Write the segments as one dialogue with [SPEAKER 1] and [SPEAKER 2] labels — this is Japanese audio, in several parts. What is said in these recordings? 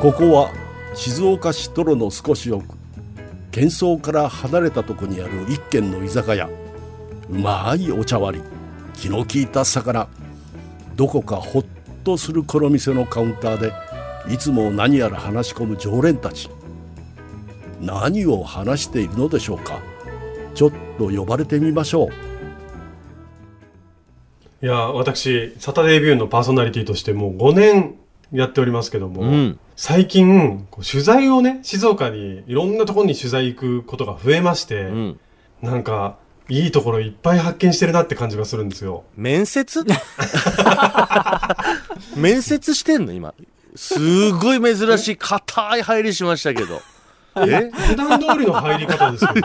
[SPEAKER 1] ここは静岡市泥の少し奥喧騒から離れたとこにある一軒の居酒屋うまいお茶割り気の利いた魚どこかほっとするこの店のカウンターでいつも何やら話し込む常連たち何を話しているのでしょうかちょっと呼ばれてみましょう
[SPEAKER 2] いや、私、サタデービューのパーソナリティとしてもう5年やっておりますけども、
[SPEAKER 3] うん
[SPEAKER 2] 最近、こう取材をね、静岡にいろんなところに取材行くことが増えまして、
[SPEAKER 3] うん
[SPEAKER 2] なんか、いいところいっぱい発見してるなって感じがするんですよ。
[SPEAKER 3] 面接 面接してんの今すごい珍しい硬い入りしましたけどえ
[SPEAKER 2] 普段通りの入り方ですけど、
[SPEAKER 3] い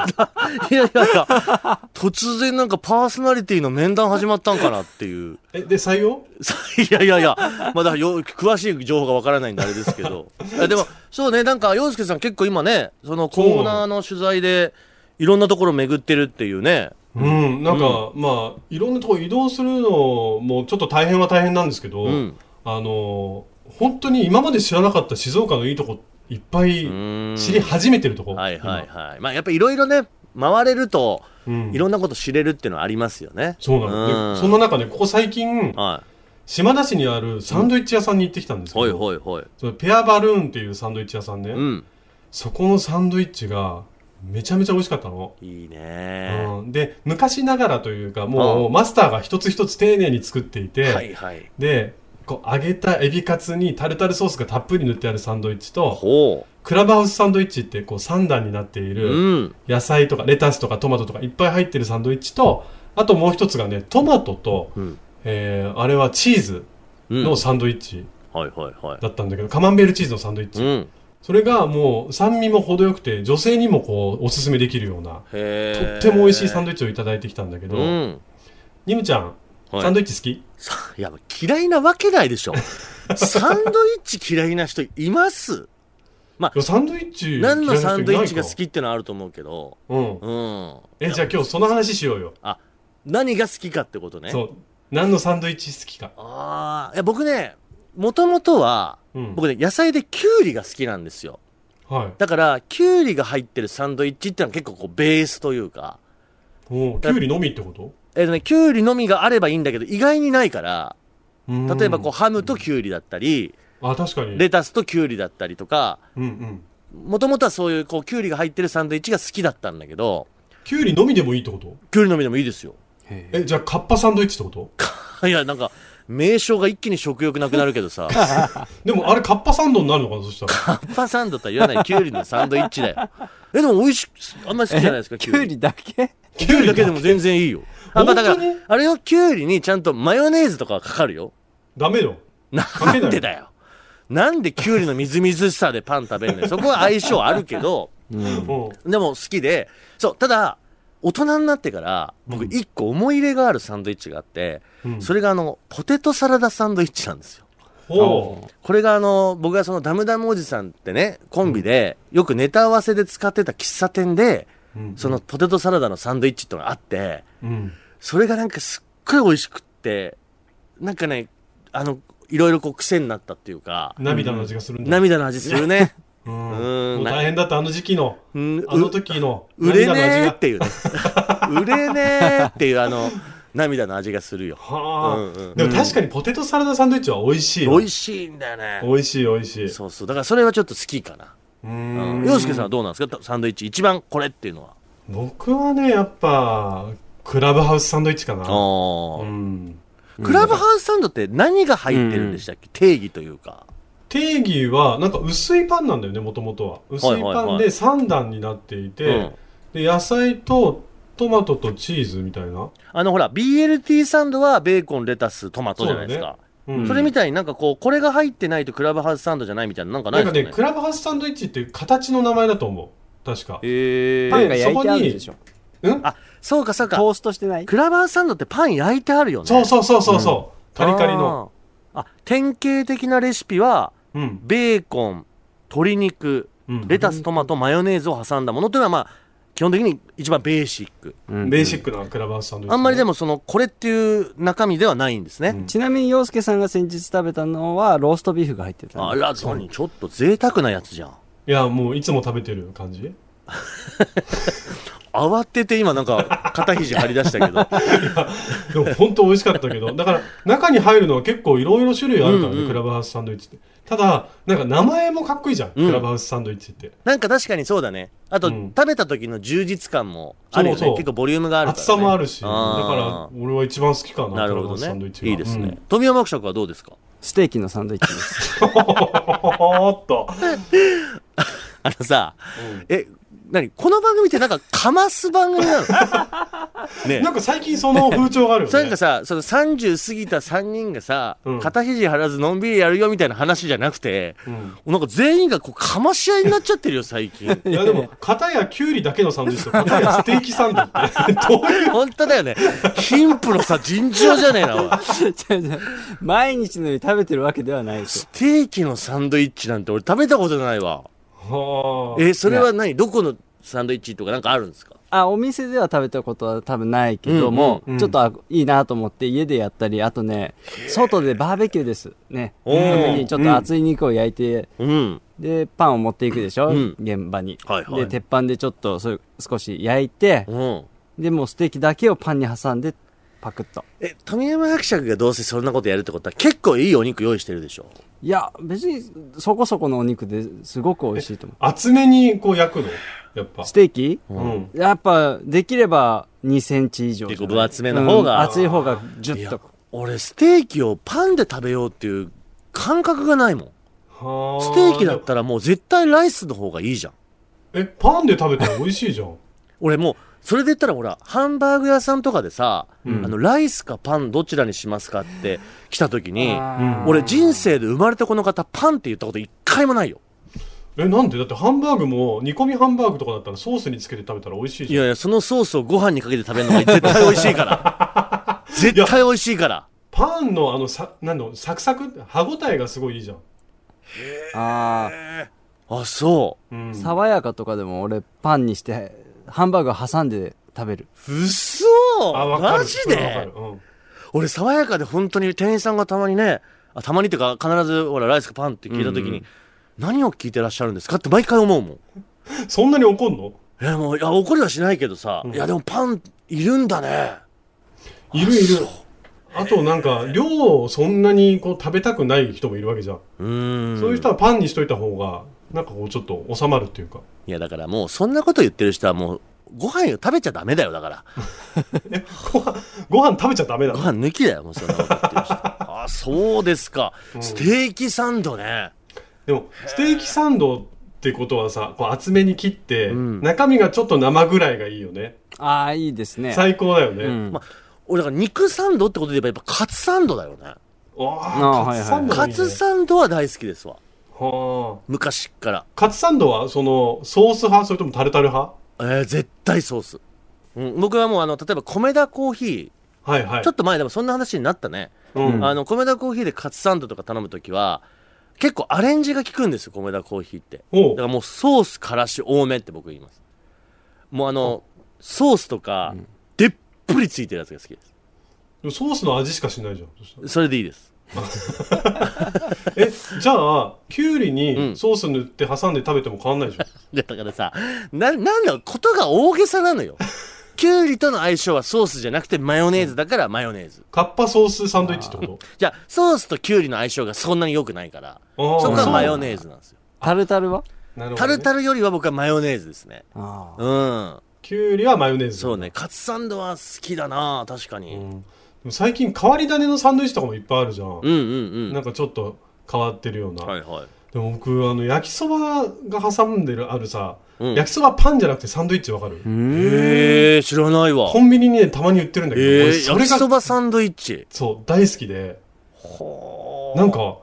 [SPEAKER 3] やいやいや突然なんかパーソナリティの面談始まったんかなっていう
[SPEAKER 2] え、で、採用
[SPEAKER 3] さいやいやいや、まだよ詳しい情報がわからないんであれですけど。えでも、そうね、なんか、洋介さん結構今ね、そのコーナーの取材で、いろんなところ巡ってるっていうね。
[SPEAKER 2] うん、なんか、まあ、いろんなところ移動するのもちょっと大変は大変なんですけど、
[SPEAKER 3] うん。
[SPEAKER 2] あの、本当に今まで知らなかった静岡のいいとこいっぱい
[SPEAKER 3] うん
[SPEAKER 2] 知り始めてるとこ。
[SPEAKER 3] はいはいはい。まあ、やっぱいろいろね、回れると、
[SPEAKER 2] 今うん
[SPEAKER 3] いろんなこと知れるっていうのはありますよね。
[SPEAKER 2] そうなの、でそんな中で、ここ最近、
[SPEAKER 3] は
[SPEAKER 2] 島田市にあるサンドイッチ屋さんに行ってきたんです
[SPEAKER 3] い。
[SPEAKER 2] けど、
[SPEAKER 3] ほいほいほい。
[SPEAKER 2] そのペアバルーンっていうサンドイッチ屋さんね、
[SPEAKER 3] うん。
[SPEAKER 2] そこのサンドイッチがめちゃめちゃ美味しかったの。
[SPEAKER 3] いいね。
[SPEAKER 2] うん、で、昔ながらというか、も
[SPEAKER 3] う
[SPEAKER 2] うマスターが一つ一つ丁寧に作っていて、
[SPEAKER 3] はいはい。
[SPEAKER 2] で、こう揚げたエビカツにタルタルソースがたっぷり塗ってあるサンドイッチと、
[SPEAKER 3] ほ。
[SPEAKER 2] クラブハウスサンドイッチってこう3段になっていうる
[SPEAKER 3] うん。
[SPEAKER 2] 野菜とかレタスとかトマトとかいっぱい入ってるサンドイッチと、あともう一つがね、トマトと、
[SPEAKER 3] うん。
[SPEAKER 2] えー、あれはチーズ
[SPEAKER 3] うん。
[SPEAKER 2] の
[SPEAKER 3] はい
[SPEAKER 2] サンドイッチ
[SPEAKER 3] はいは
[SPEAKER 2] だったんだけど、カマンベールチーズのサンドイッ
[SPEAKER 3] い。
[SPEAKER 2] チ。
[SPEAKER 3] うん。
[SPEAKER 2] それがもう酸味も程よくて、女性にもこう、おすすめできるような、
[SPEAKER 3] へ
[SPEAKER 2] とって
[SPEAKER 3] え。
[SPEAKER 2] も美味しいサン
[SPEAKER 3] ド
[SPEAKER 2] ドイッチをいただいてきたんだけど、
[SPEAKER 3] うん。
[SPEAKER 2] ニムちゃん、
[SPEAKER 3] はい
[SPEAKER 2] サンドイッチ好き
[SPEAKER 3] さいや、嫌いなわけない でしょ。サンドイッチ嫌いな人います
[SPEAKER 2] いやサンドイッチ
[SPEAKER 3] 何のサンドイッチが好
[SPEAKER 2] 嫌い
[SPEAKER 3] きってのはあると思うけど、
[SPEAKER 2] な人いないか
[SPEAKER 3] うん。
[SPEAKER 2] うん。え、じゃあ今日その話しようよ。
[SPEAKER 3] 何が好きかってことね。
[SPEAKER 2] そう。何のサンドイッチ好きか。
[SPEAKER 3] ああ、いや、僕ね、もともとは、
[SPEAKER 2] うん。
[SPEAKER 3] 僕ね、野菜でキュウリが好きなんですよ。
[SPEAKER 2] はい。
[SPEAKER 3] だから、キュウリが入ってるサンドイッチってのは結構こう、ベースというか、
[SPEAKER 2] おうキュウリのみってこと
[SPEAKER 3] えっ、とね、キュウリのみがあればいいんだけど、意外にないから、例えばこう、
[SPEAKER 2] う
[SPEAKER 3] ハムとキュウリだったり、
[SPEAKER 2] ん。あ、確かに。
[SPEAKER 3] レタスとキュウリだったりとか、
[SPEAKER 2] うんうん。
[SPEAKER 3] もともとはそういう、こう、キュウリが入ってるサンドイッチが好きだったんだけど、
[SPEAKER 2] キュウリのみでもいいってこと
[SPEAKER 3] キュウリのみでもいいですよ。
[SPEAKER 2] え、じゃあカッパサンドイッチってこと
[SPEAKER 3] いや、なんか、名称が一気に食欲なくなるけど さ、カ
[SPEAKER 2] でもあれカッパサンドになるのかなそしたら。
[SPEAKER 3] ッパサンドとは言わないキュウリのサンドイッチだよ。え、でも美味し、あんまり好きじゃないですか、
[SPEAKER 4] き
[SPEAKER 3] キ
[SPEAKER 4] ゅ
[SPEAKER 3] ュ
[SPEAKER 4] う
[SPEAKER 3] ウリ。
[SPEAKER 4] りだけ
[SPEAKER 2] キ
[SPEAKER 3] キュウリだけでも全然いいよ。あ、まあ、だ
[SPEAKER 2] 本
[SPEAKER 3] か
[SPEAKER 2] 当
[SPEAKER 3] ら
[SPEAKER 2] に、
[SPEAKER 3] あれよ、キュウリにちゃんとマヨネーズとかはかかるよ。
[SPEAKER 2] ダメよ。
[SPEAKER 3] なんでだよ。なんでキュウリのみずみずしさでパン食べるのよ。そこは相性あるけど、
[SPEAKER 2] うん。
[SPEAKER 3] でも好きで、そう、ただ、大人になってから、僕一個思い入れがあるサンドイッチがあって、
[SPEAKER 2] うん
[SPEAKER 3] それがあの、ポテトサラダサンドイッチなんですよ。
[SPEAKER 2] ほう。
[SPEAKER 3] これがあの、僕がそのダムダムおじさんってね、コンビで、よくネタ合わせで使ってた喫茶店で、
[SPEAKER 2] うん
[SPEAKER 3] そのポテトサラダのサンドイッチってのがあって、
[SPEAKER 2] うん。
[SPEAKER 3] それがなんかすっごい美味しくって、なんかね、あの、いろいろこう癖になったっていうか、
[SPEAKER 2] 涙の味がするんだ。
[SPEAKER 3] 涙の味す るね。
[SPEAKER 2] うん。
[SPEAKER 3] うん
[SPEAKER 2] もう大変だった、あの時期の。
[SPEAKER 3] うん、
[SPEAKER 2] あの時の。
[SPEAKER 3] 売
[SPEAKER 2] 涙
[SPEAKER 3] れ
[SPEAKER 2] の味
[SPEAKER 3] ねー
[SPEAKER 2] が
[SPEAKER 3] って いうね。売れねーっていうあの、涙の味がするよ。
[SPEAKER 2] は
[SPEAKER 3] うんうん
[SPEAKER 2] あ。でも確かにポテトサラダサンドイッチは美味しい。
[SPEAKER 3] 美味しいんだよね。
[SPEAKER 2] 美味しい、美味しい。
[SPEAKER 3] そうそう。だからそれはちょっと好きかな。
[SPEAKER 2] う
[SPEAKER 3] うんん。洋介さんはどうなんですかサンドイッチ一番これっていうのは。
[SPEAKER 2] 僕はね、やっぱ、クラブハウスサンドイッチかな。
[SPEAKER 3] あ
[SPEAKER 2] う
[SPEAKER 3] あ。
[SPEAKER 2] ん。
[SPEAKER 3] クラブハウスサンドって何が入ってるんでしたっけ定義というか。
[SPEAKER 2] 定義は、なんか薄いパンなんだよね、もともとは。薄い
[SPEAKER 3] はいはい
[SPEAKER 2] パン
[SPEAKER 3] はい
[SPEAKER 2] で3段になっていうて
[SPEAKER 3] ん、
[SPEAKER 2] で、野菜とトマトとチーズみたいな。
[SPEAKER 3] あのほら、BLT サンドはベーコン、レタス、トマトじゃないですか。
[SPEAKER 2] う
[SPEAKER 3] そ
[SPEAKER 2] ん。
[SPEAKER 3] れみたいになんかこう、これが入ってないとクラブハウスサンドじゃないみたいななんかな
[SPEAKER 2] ないん
[SPEAKER 3] で
[SPEAKER 2] か
[SPEAKER 3] すか
[SPEAKER 2] ね、
[SPEAKER 3] ね。
[SPEAKER 2] クラブハウスサンドイッチっていう形の名前だと思う。確か。
[SPEAKER 3] え
[SPEAKER 4] パンが
[SPEAKER 2] え
[SPEAKER 4] 焼いてあるでしょ。
[SPEAKER 2] うん
[SPEAKER 3] あ、そうかそう
[SPEAKER 4] ト
[SPEAKER 3] か。
[SPEAKER 4] ーストしてない
[SPEAKER 3] クラブハウスサンドってパン焼いてあるよね。
[SPEAKER 2] そうそうそうそうそう。カリカリの。
[SPEAKER 3] あー。あ、典型的なレシピは、
[SPEAKER 2] うん。
[SPEAKER 3] ベーコン、鶏肉、
[SPEAKER 2] うん
[SPEAKER 3] レタス、トマト、マヨネーズを挟んだものというのはまあ、基本的に一番ベーシック。
[SPEAKER 4] うん
[SPEAKER 2] ベーシックなクラブハウスサンドイッチ、
[SPEAKER 3] あんまりで
[SPEAKER 2] も
[SPEAKER 3] もその、これっていう中身ではないんですね。
[SPEAKER 4] ちなみに洋介さんが先日食べたのはローストビーフが入ってた
[SPEAKER 3] あら、何ちょっと贅沢なやつじゃん。
[SPEAKER 2] いやもういつも食べてる感じ
[SPEAKER 3] 慌てて今なんか、肩肘張り出したけど。
[SPEAKER 2] でも本当美味しかったけ どだから中に入るのは結構いろいろ種類あるからね、
[SPEAKER 3] うんうん
[SPEAKER 2] クラブハウスサンドイッチってただなんか名前もかっこいいじゃん、
[SPEAKER 3] うん
[SPEAKER 2] クラブハウスサンドイッチって
[SPEAKER 3] なんか確かにそうだね。あと、
[SPEAKER 2] うん
[SPEAKER 3] 食べた時の充実感もあるよね。
[SPEAKER 2] そうそう
[SPEAKER 3] 結構ボリュームがあるから、ね。
[SPEAKER 2] 厚さもあるしだ
[SPEAKER 3] あ
[SPEAKER 2] か
[SPEAKER 3] ー
[SPEAKER 2] ら俺は一番好きかな
[SPEAKER 3] なる
[SPEAKER 2] クラブハ
[SPEAKER 3] ほ
[SPEAKER 2] ウスサ
[SPEAKER 3] ど
[SPEAKER 2] ンドイッ
[SPEAKER 3] ね。
[SPEAKER 2] チが
[SPEAKER 3] いいですね。
[SPEAKER 2] うん
[SPEAKER 3] 富山伯爵はどうですか
[SPEAKER 4] ステーキのサンドイッチです
[SPEAKER 2] おーっと、
[SPEAKER 3] あのさ、え、何この番組ってなんかかます番 組なの ねえ
[SPEAKER 2] なんか最近その風潮があるよ
[SPEAKER 3] そ
[SPEAKER 2] ね
[SPEAKER 3] れなんかさ、その30過ぎた3人がさ、
[SPEAKER 2] うん
[SPEAKER 3] 肩肘張らずのんびりやるよみたいな話じゃなくて、
[SPEAKER 2] うん。
[SPEAKER 3] なんか全員がこうかまし合いになっちゃってるよ、最近
[SPEAKER 2] いやでも片やキュウリだけのサンドイッチと片やステーキサンドってどういう
[SPEAKER 3] 本当だよね。貧富のさ、尋常じゃねえな、おい
[SPEAKER 4] 違う違う毎日のように食べてるわけではない です
[SPEAKER 3] ステーキのサンドイッチなんて俺食べたことないわ。
[SPEAKER 2] はあ
[SPEAKER 3] え、そ れは何どこのサンドイッチとかなんかあるんですか
[SPEAKER 4] あお店では食べたことは多分ないけども、
[SPEAKER 2] うんうん
[SPEAKER 4] ちょっとあいいなと思って家でやったりあとね外でバーベキューですね
[SPEAKER 3] お
[SPEAKER 4] そ
[SPEAKER 3] ー
[SPEAKER 4] の時にちょっと熱い肉を焼いて、
[SPEAKER 3] うん。
[SPEAKER 4] でパンを持っていくでしょ、
[SPEAKER 3] うん
[SPEAKER 4] 現場に、
[SPEAKER 3] はいはい
[SPEAKER 4] で鉄板でちょっとそういう少し焼いて、
[SPEAKER 3] うん。
[SPEAKER 4] でもうステーキだけをパンに挟んでパクッと
[SPEAKER 3] え、富山伯爵がどうせそんなことやるってことは結構いいお肉用意してるでしょ
[SPEAKER 4] いや別にそこそこのお肉ですごく美味しいと思
[SPEAKER 2] 厚めにこう焼くのやっぱ
[SPEAKER 4] うステーキ
[SPEAKER 2] うん
[SPEAKER 4] やっぱできれば2センチ以上じゃない
[SPEAKER 3] 結構分厚めの方が
[SPEAKER 4] うん厚い方がジュ
[SPEAKER 3] い
[SPEAKER 4] ッ
[SPEAKER 3] や
[SPEAKER 4] と、
[SPEAKER 3] 俺ステーキをパンで食べようっていう感覚がないもん。
[SPEAKER 2] はあ
[SPEAKER 3] ステーキだったらもう絶対ライスの方がいいじゃん。
[SPEAKER 2] えパンで食べたら美味しいじゃん
[SPEAKER 3] 俺もう、それで言ったらほら、ハンバーグ屋さんとかでさ、
[SPEAKER 2] うん
[SPEAKER 3] あの、ライスかパンどちらにしますかって来た時に、
[SPEAKER 4] あー
[SPEAKER 3] 俺人生で生まれてこの方パンって言ったこと一回もないよ。
[SPEAKER 2] えなんでだってハンバーグも煮込みハンバーグとかだったらソースにつけて食べたら美味しい
[SPEAKER 3] い
[SPEAKER 2] じゃん
[SPEAKER 3] やいや、そのソースをご飯にかけて食べるのが絶対美味しいから。 絶対美味しいから。
[SPEAKER 2] パンのあのさなんのサクサク歯ごたえがすごいいいじゃん、
[SPEAKER 4] あ
[SPEAKER 3] あ、そ
[SPEAKER 2] うん、
[SPEAKER 4] ー爽やかとかでも俺パンにしてハンバーグ挟んで食べる
[SPEAKER 3] う。うそ
[SPEAKER 2] あわかる
[SPEAKER 3] マジ
[SPEAKER 2] それはわか
[SPEAKER 3] で
[SPEAKER 2] るうん
[SPEAKER 3] 俺、爽やかで本当に店員さんがたまにね、あたまにっていうか、必ず、ほら、ライスかパンって聞いたときに、何を聞いてらっしゃるんですかって毎回思うもん。
[SPEAKER 2] そんなに怒んの
[SPEAKER 3] え、もう、いや、怒りはしないけどさ、
[SPEAKER 2] ん
[SPEAKER 3] いや、でもパン、いるんだね。
[SPEAKER 2] いるいるあとなんか量をそんなにこう食べたくない人もいるわけじゃん、
[SPEAKER 3] うーん。
[SPEAKER 2] そういう人はパンにしといた方がなんかこうちょっと収まるっていうか
[SPEAKER 3] いや、だからもう、そんなこと言ってる人はもう、ご飯を食べちゃダメだよ、だから。
[SPEAKER 2] ご飯ご飯食べちゃダメだ
[SPEAKER 3] ご飯抜きだよ、もうそんなこと言ってる人。あ、そうですか。ステーキサンドね。
[SPEAKER 2] でもステーキサンドってことはさこう厚めに切って、
[SPEAKER 3] ん
[SPEAKER 2] 中身がちょっと生ぐらいがいいよね
[SPEAKER 4] ああいいですね
[SPEAKER 2] 最高だよね、
[SPEAKER 4] うん
[SPEAKER 3] まあ、俺、だから肉サンドってことで言えば、やっぱカツサンドだよね。
[SPEAKER 2] わあ
[SPEAKER 4] ああ
[SPEAKER 2] カツサンドが
[SPEAKER 3] カ
[SPEAKER 2] いいね
[SPEAKER 3] ツサンドは大好きですわ。
[SPEAKER 2] はあ
[SPEAKER 3] 昔っから。
[SPEAKER 2] カツサンドはそのソース派それともタルタル派
[SPEAKER 3] えー、絶対ソース。うん、僕はもう、あの、例えば、米田コーヒ
[SPEAKER 2] はいはい
[SPEAKER 3] ー、ちょっと前でもそんな話になったね。
[SPEAKER 2] うん
[SPEAKER 3] あの、米田コーヒーでカツサンドとか頼むときは、結構アレンジが効くんですよ、米田コーヒーって。
[SPEAKER 2] お
[SPEAKER 3] だ
[SPEAKER 2] う
[SPEAKER 3] からもうソースからし多めって僕言います。もうあの、ソースとか、でっぷりついてるやつが好きです。
[SPEAKER 2] でもソースの味しかしないじゃんそしたら
[SPEAKER 3] それでいいです。
[SPEAKER 2] えじゃあキュウリ
[SPEAKER 3] うん
[SPEAKER 2] にソース塗って挟んで食べても変わんないじゃん
[SPEAKER 3] いやだからさ、な、なんだろう、ことが大げさな のよ。キュウリとの相性はソースじゃなくてマヨネーズだからマヨネーズ。
[SPEAKER 2] カッパソースサンドイッチってこ
[SPEAKER 3] じゃあ、ソースとキュウリの相性がそんなに良くないから、
[SPEAKER 2] と
[SPEAKER 3] そこはマヨ
[SPEAKER 2] ネ
[SPEAKER 3] ネーズなんですよ。
[SPEAKER 4] タルタルは
[SPEAKER 2] なるほ
[SPEAKER 3] タ
[SPEAKER 2] どね
[SPEAKER 3] ルタルよりは僕はマヨネーズですね。
[SPEAKER 4] あー
[SPEAKER 3] うん。
[SPEAKER 2] キュウリはマヨネーズ
[SPEAKER 3] そうね、カツサンドは好きだな確かに。
[SPEAKER 2] うんでも最近変わり種のサンドイッチとかもいっぱいあるじゃん
[SPEAKER 3] うんうんう
[SPEAKER 2] なん
[SPEAKER 3] ん。
[SPEAKER 2] かちょっと変わってるような、
[SPEAKER 3] はいはい。
[SPEAKER 2] でも僕あの焼きそばが挟んでるあるさ、
[SPEAKER 3] うん
[SPEAKER 2] 焼きそばパンじゃなくてサンドイッチわかる、
[SPEAKER 3] へえ、知らないわ
[SPEAKER 2] コ。ンビニにねたまに売ってるんだけど、
[SPEAKER 3] え
[SPEAKER 2] 俺
[SPEAKER 3] え、
[SPEAKER 2] そ
[SPEAKER 3] 焼き
[SPEAKER 2] れ
[SPEAKER 3] そ
[SPEAKER 2] が
[SPEAKER 3] ばサンドイッチ。
[SPEAKER 2] そう大好きで
[SPEAKER 3] ほ
[SPEAKER 2] なんか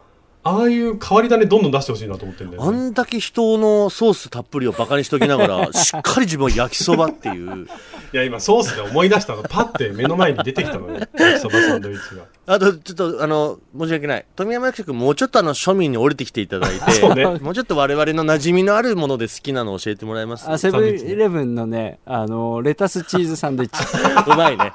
[SPEAKER 2] ああいう変わり種どんどん出してほしいなと思ってんだ
[SPEAKER 3] あ
[SPEAKER 2] よ、ね、
[SPEAKER 3] んだけ人のソースたっぷりをバカにしときながらしっかり自分は焼きそばっていう
[SPEAKER 2] いや今ソースで思い出したのパッて目の前に出てきたの よ焼きそばサンドイッチが
[SPEAKER 3] あとちょっとあの申し訳ない富山役者君もうちょっとあの庶民に降りてきていただい
[SPEAKER 2] そうね
[SPEAKER 3] て、もうちょっと我々の馴染みのあるもので好きなの教えてもらえます
[SPEAKER 4] あセブンイレブンのね、あの、レタスチーズサンドイッチ。
[SPEAKER 3] うまいね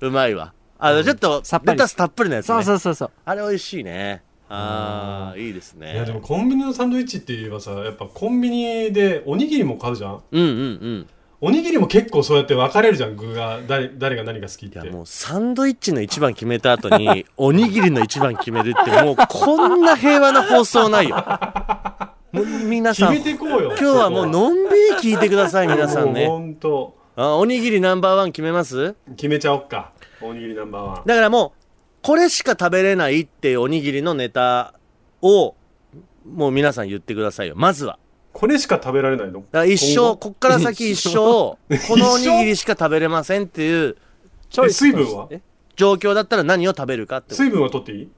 [SPEAKER 3] うまいわあのちょっと
[SPEAKER 4] さっぱ
[SPEAKER 3] レ
[SPEAKER 4] り
[SPEAKER 3] タスたっぷりのやつ、ね、
[SPEAKER 4] そうそうそうそう。
[SPEAKER 3] あれ美味しいねああいいですね
[SPEAKER 2] いやでもコンビニのサンドイッチって言えばさやっぱコンビニでおにぎりも買うじゃん
[SPEAKER 3] うんうんうん
[SPEAKER 2] おにぎりも結構そうやって分かれるじゃん具が誰誰が何が好きっ
[SPEAKER 3] い
[SPEAKER 2] て
[SPEAKER 3] やもうサンドイッチの一番決めた後 におにぎりの一番決めるってもうこんな平和な放送ないよもう皆
[SPEAKER 2] 決
[SPEAKER 3] さん
[SPEAKER 2] め
[SPEAKER 3] 今
[SPEAKER 2] てこうよ今
[SPEAKER 3] 日はもうのんびり聞いてください皆さんね
[SPEAKER 2] 本当
[SPEAKER 3] あおにぎりナンバーワン決めます
[SPEAKER 2] 決めちゃおっかおにぎりナンバーワン
[SPEAKER 3] だからもうこれしか食べれないっていうおにぎりのネタをもう皆さん言ってくださいよまずは
[SPEAKER 2] これしか食べられないの
[SPEAKER 3] だから一生
[SPEAKER 2] 今後
[SPEAKER 3] こっから先一生このおにぎりしか食べれませんっていう
[SPEAKER 4] チョイス
[SPEAKER 2] 水分は
[SPEAKER 4] え
[SPEAKER 3] 状況だったら何を食べるかってこと
[SPEAKER 2] 水分は取っていい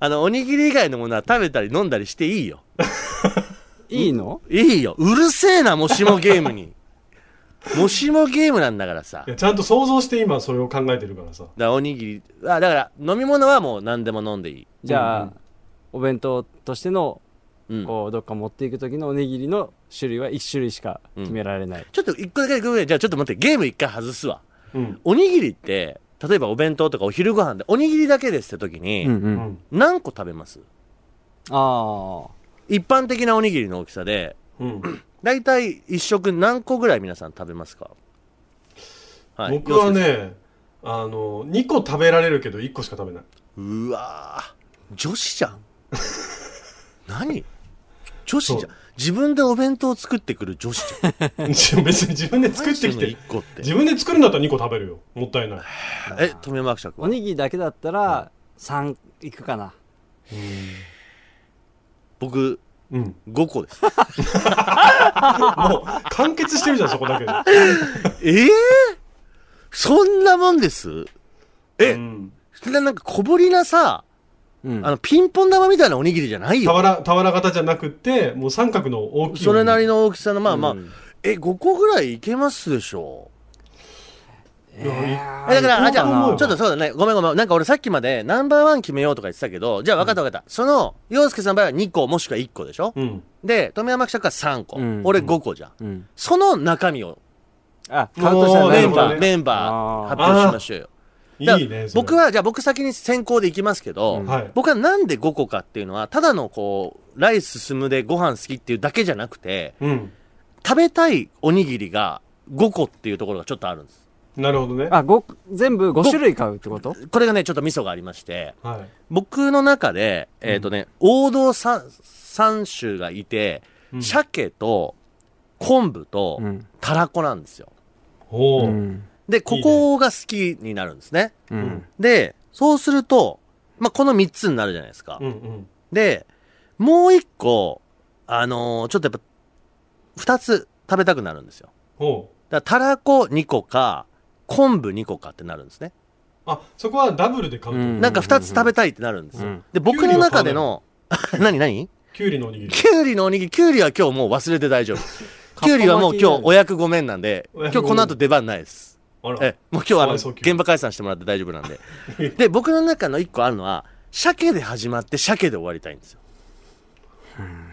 [SPEAKER 3] あのおにぎり以外のものは食べたり飲んだりしていいよ
[SPEAKER 4] いいの
[SPEAKER 3] いいようるせえなもしもゲーム にもしもゲームなんだから
[SPEAKER 2] い
[SPEAKER 3] さだか
[SPEAKER 2] やちゃんと想像して今それを考えてるからさ
[SPEAKER 3] らおにぎりあだから飲み物はもう何でも飲んでいい
[SPEAKER 4] じゃあ、
[SPEAKER 2] うん
[SPEAKER 4] お弁当としての、
[SPEAKER 3] うん
[SPEAKER 4] こう、どっか持っていく時のおにぎりの種類は1種類しか決められない。
[SPEAKER 3] ちょっと一個だけごめんじゃあちょっと待ってゲーム一回外すわ
[SPEAKER 2] うん
[SPEAKER 3] おにぎりって例えばお弁当とかお昼ご飯でおにぎりだけですって時
[SPEAKER 4] う
[SPEAKER 3] に
[SPEAKER 4] んう。
[SPEAKER 2] うんん
[SPEAKER 3] 何個食べます
[SPEAKER 4] ああ。
[SPEAKER 3] 一般的なおにぎりの大きさで
[SPEAKER 2] うん
[SPEAKER 3] だいたい一食何個ぐらい皆さん食べますか、はい
[SPEAKER 2] 僕は
[SPEAKER 3] 洋介
[SPEAKER 2] ねあの2個食べられるけど1個しか食べ ない
[SPEAKER 3] さんうわー女子じゃん何女子じゃん自分でお弁当作ってくる女子じゃん
[SPEAKER 2] 別に自分で作ってきて
[SPEAKER 3] 1個って
[SPEAKER 2] 自分で作るんだったら2個食べるよもったいない
[SPEAKER 3] え富山伯爵
[SPEAKER 4] お
[SPEAKER 3] は
[SPEAKER 4] にぎりだけだったら、3いくかな。
[SPEAKER 3] 僕
[SPEAKER 2] うんも
[SPEAKER 3] 5個です
[SPEAKER 2] う完結してるじゃんそこだけで
[SPEAKER 3] ええそんなもんですえ
[SPEAKER 2] うん
[SPEAKER 3] そんななんか小ぶりなさ
[SPEAKER 4] うん。
[SPEAKER 3] あの、ピンポン玉みたいなおにぎりじゃないよ。
[SPEAKER 2] 俵俵型じゃなくてもう三角の大きい
[SPEAKER 3] それなりの大きさの、まあまあ、
[SPEAKER 4] うん
[SPEAKER 3] え、5個ぐらいいけますでしょ
[SPEAKER 4] えー
[SPEAKER 3] え、だから、あ、
[SPEAKER 2] い
[SPEAKER 3] じゃ
[SPEAKER 2] こう思う
[SPEAKER 3] あ、
[SPEAKER 2] わ
[SPEAKER 3] ちょっとそうだね。ごめんごめん。なんか俺さっきまでナンバーワン決めようとか言ってたけど、じゃあ分かった分かった。その、洋介さんの場合は2個もしくは1個でしょ、
[SPEAKER 2] うん
[SPEAKER 3] で、富山記者が3個。
[SPEAKER 4] うん
[SPEAKER 3] 俺5個じゃん。
[SPEAKER 4] うん。
[SPEAKER 3] その中身を、
[SPEAKER 4] あ、カウントじゃ
[SPEAKER 2] おー
[SPEAKER 4] な
[SPEAKER 3] メ
[SPEAKER 4] い
[SPEAKER 3] ン
[SPEAKER 4] の
[SPEAKER 3] バ
[SPEAKER 4] か
[SPEAKER 3] ー、
[SPEAKER 2] ね
[SPEAKER 3] メンバー
[SPEAKER 4] あー
[SPEAKER 3] 発表しましょうよ。
[SPEAKER 2] い
[SPEAKER 3] だから
[SPEAKER 2] いねそれ
[SPEAKER 3] 僕は、じゃあ僕先に先行でいきますけど、
[SPEAKER 2] うんはい
[SPEAKER 3] 僕はなんで5個かっていうのは、ただのこう、ライス進むでご飯好きっていうだけじゃなくて、
[SPEAKER 2] うん
[SPEAKER 3] 食べたいおにぎりが5個っていうところがちょっとあるんです。
[SPEAKER 2] なるほどね
[SPEAKER 4] あ、ご、全部5種類買うってこと
[SPEAKER 3] これがね、ちょっとミソがありまして、
[SPEAKER 2] はい
[SPEAKER 3] 僕の中で、えっ、とね、王道 3, 三種がいて、
[SPEAKER 2] うん
[SPEAKER 3] 鮭と昆布と
[SPEAKER 4] うん
[SPEAKER 3] たらこなんですよ。
[SPEAKER 2] お
[SPEAKER 4] う
[SPEAKER 2] お
[SPEAKER 4] ん。
[SPEAKER 3] で、ここが好きになるんですね。
[SPEAKER 4] うんん。
[SPEAKER 3] で、そうすると、まあ、この3つになるじゃないですか。
[SPEAKER 2] うんうん
[SPEAKER 3] で、もう1個、あのーちょっとやっぱ、2つ食べたくなるんですよ。
[SPEAKER 2] おう
[SPEAKER 3] だから、たらこ2個か、昆布2個かってなるんですね。
[SPEAKER 2] あそこはダブルで買うと
[SPEAKER 4] うん
[SPEAKER 3] なんか2つ食べたいってなるんですよ。
[SPEAKER 4] うん
[SPEAKER 3] で、僕の中での、 何何
[SPEAKER 2] きゅうりのおにぎり
[SPEAKER 3] キュウリのおにぎり、キュウリは今日もう忘れて大丈夫。
[SPEAKER 4] カ
[SPEAKER 3] キュウ
[SPEAKER 4] ッパ巻き
[SPEAKER 3] リはもう
[SPEAKER 4] にな
[SPEAKER 3] 今
[SPEAKER 4] る
[SPEAKER 3] 日お役ごめんなんで、
[SPEAKER 2] お
[SPEAKER 3] 今
[SPEAKER 2] 役
[SPEAKER 3] 日
[SPEAKER 2] ごめん
[SPEAKER 3] この後出番ないです。
[SPEAKER 2] あら
[SPEAKER 3] え、もう今日はあ
[SPEAKER 2] か
[SPEAKER 3] の、
[SPEAKER 2] わいそうキュウリ
[SPEAKER 3] 現場解散してもらって大丈夫なんで。で、僕の中の1個あるのは、鮭で始まって鮭で終わりたいんですよ。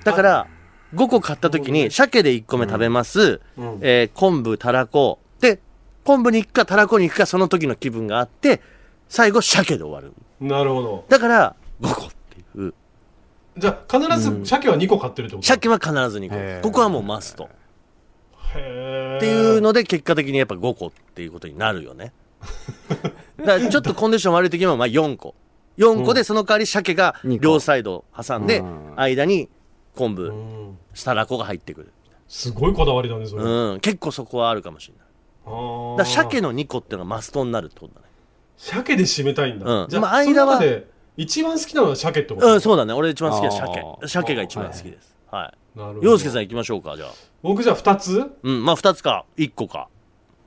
[SPEAKER 3] だから、5個買った時に、鮭で1個目食べます。
[SPEAKER 2] うん
[SPEAKER 3] えー昆布、たらこ。で、昆布に行くか、たらこに行くか、その時の気分があって、最後、鮭で終わる。
[SPEAKER 2] なるほど
[SPEAKER 3] だから、5個っていう。
[SPEAKER 2] じゃあ必ず鮭は2個買ってるってこと
[SPEAKER 3] 鮭は必ず2個
[SPEAKER 4] へ
[SPEAKER 3] で
[SPEAKER 4] ー
[SPEAKER 3] す。ここはもうマスト。
[SPEAKER 2] へー
[SPEAKER 3] っていうので、結果的にやっぱ5個っていうことになるよね。だからちょっとコンディション悪い時はまあ4個。4個でその代わり鮭が
[SPEAKER 4] 二個
[SPEAKER 3] 両サイド挟んで
[SPEAKER 4] うん、
[SPEAKER 3] 間に昆
[SPEAKER 2] う
[SPEAKER 3] 布、
[SPEAKER 2] ん
[SPEAKER 3] たらこが入ってくる。
[SPEAKER 2] すごいこだわりだねそれあ
[SPEAKER 3] うん、結構そこはあるかもしれない。
[SPEAKER 2] ー
[SPEAKER 3] だから鮭の2個っていうのがマストになるってことだね。
[SPEAKER 2] 鮭で締めたいんだ
[SPEAKER 3] うん
[SPEAKER 2] じゃ
[SPEAKER 3] まあ
[SPEAKER 2] あその
[SPEAKER 3] 間は
[SPEAKER 2] 中で一番好きなのは鮭ってこと
[SPEAKER 3] うん、そうだね。俺一番好きは
[SPEAKER 4] あ
[SPEAKER 3] 鮭。
[SPEAKER 4] ー
[SPEAKER 3] 鮭が一番好きです。は
[SPEAKER 2] なるほ
[SPEAKER 3] い。
[SPEAKER 2] ど
[SPEAKER 3] 洋介さん行きましょうか、じゃあ。
[SPEAKER 2] 僕じゃあ2つ
[SPEAKER 3] うん、まあ2つか、1個か。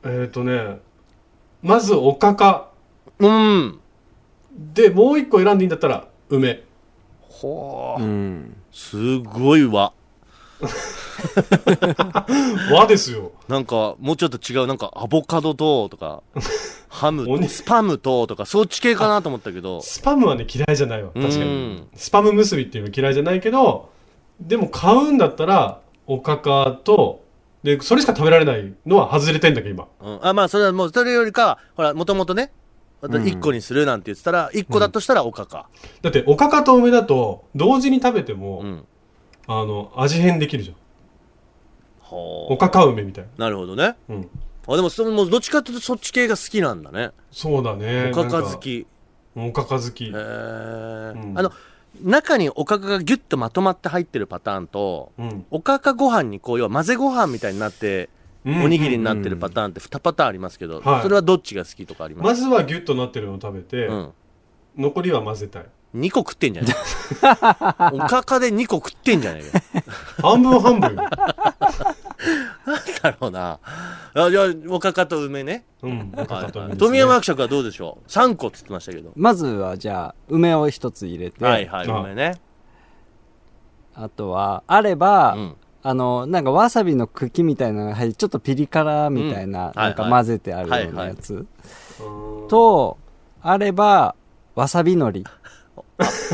[SPEAKER 2] えっ、ー、とねまずおかか
[SPEAKER 3] うん。
[SPEAKER 2] でもう一個選んでいいんだったら梅
[SPEAKER 3] ほう
[SPEAKER 4] うん。
[SPEAKER 3] すごいわ
[SPEAKER 2] 和ですよ。
[SPEAKER 3] なんかもうちょっと違うなんかアボカドと とかハム
[SPEAKER 2] おに
[SPEAKER 3] スパムととかそっち系かなと思ったけど
[SPEAKER 2] スパムはね、嫌いじゃないわ。確か
[SPEAKER 3] う
[SPEAKER 2] に
[SPEAKER 3] ん。
[SPEAKER 2] スパム結びっていうの嫌いじゃないけど、でも買うんだったら、おかかと、で、それしか食べられないのは外れてんだけど、今。
[SPEAKER 3] うん、あまあそれはもうそれよりかほらもともとねまた
[SPEAKER 4] うん
[SPEAKER 3] 1個にするなんて言ってたら1個だとしたらおかか、
[SPEAKER 2] だって、おかかと梅だと、同時に食べて
[SPEAKER 3] う
[SPEAKER 2] も、
[SPEAKER 3] ん
[SPEAKER 2] あの、味変できるじゃん。お
[SPEAKER 3] ほ
[SPEAKER 2] かか梅みたいな。
[SPEAKER 3] うなるほどね
[SPEAKER 2] うん。
[SPEAKER 3] あでもそのもうどっちかというとそっち系が好きなんだね、
[SPEAKER 2] そうだね。
[SPEAKER 3] おかか
[SPEAKER 2] なん
[SPEAKER 3] 好。き
[SPEAKER 2] おかか好き
[SPEAKER 3] へえ、。
[SPEAKER 2] うん
[SPEAKER 3] あの中におかかがギュッとまとまって入ってるパターンと
[SPEAKER 2] うん。
[SPEAKER 3] おかかご飯にこう要は混ぜご飯みたいになって
[SPEAKER 2] うん
[SPEAKER 3] おにぎりになってるパターンって2パターンありますけど、
[SPEAKER 2] はい
[SPEAKER 3] それはどっちが好きとかあります
[SPEAKER 2] まずはギュッとなってるのを食べて、
[SPEAKER 3] うん、
[SPEAKER 2] 残りは混ぜたい。
[SPEAKER 3] 2個食って んじゃないおかかで2個食ってんじゃないか
[SPEAKER 2] 半分半分よ。
[SPEAKER 3] だろうなあじゃあおかかと梅ね
[SPEAKER 2] うん。おかかと梅ですね、
[SPEAKER 3] 富山伯爵はどうでしょう3個って言ってましたけど
[SPEAKER 4] まずはじゃあ、梅を一つ入れて、
[SPEAKER 3] はいはい
[SPEAKER 2] あ
[SPEAKER 3] 梅ね
[SPEAKER 4] あとは、あれば、
[SPEAKER 3] うん
[SPEAKER 4] あの、なんかわさびの茎みたいなのが入り、ちょっとピリ辛みたいな、
[SPEAKER 3] うん
[SPEAKER 4] なんか
[SPEAKER 3] はいはい
[SPEAKER 4] 混ぜてあるようなやつ。
[SPEAKER 2] うん
[SPEAKER 4] と、あれば、わさび海苔。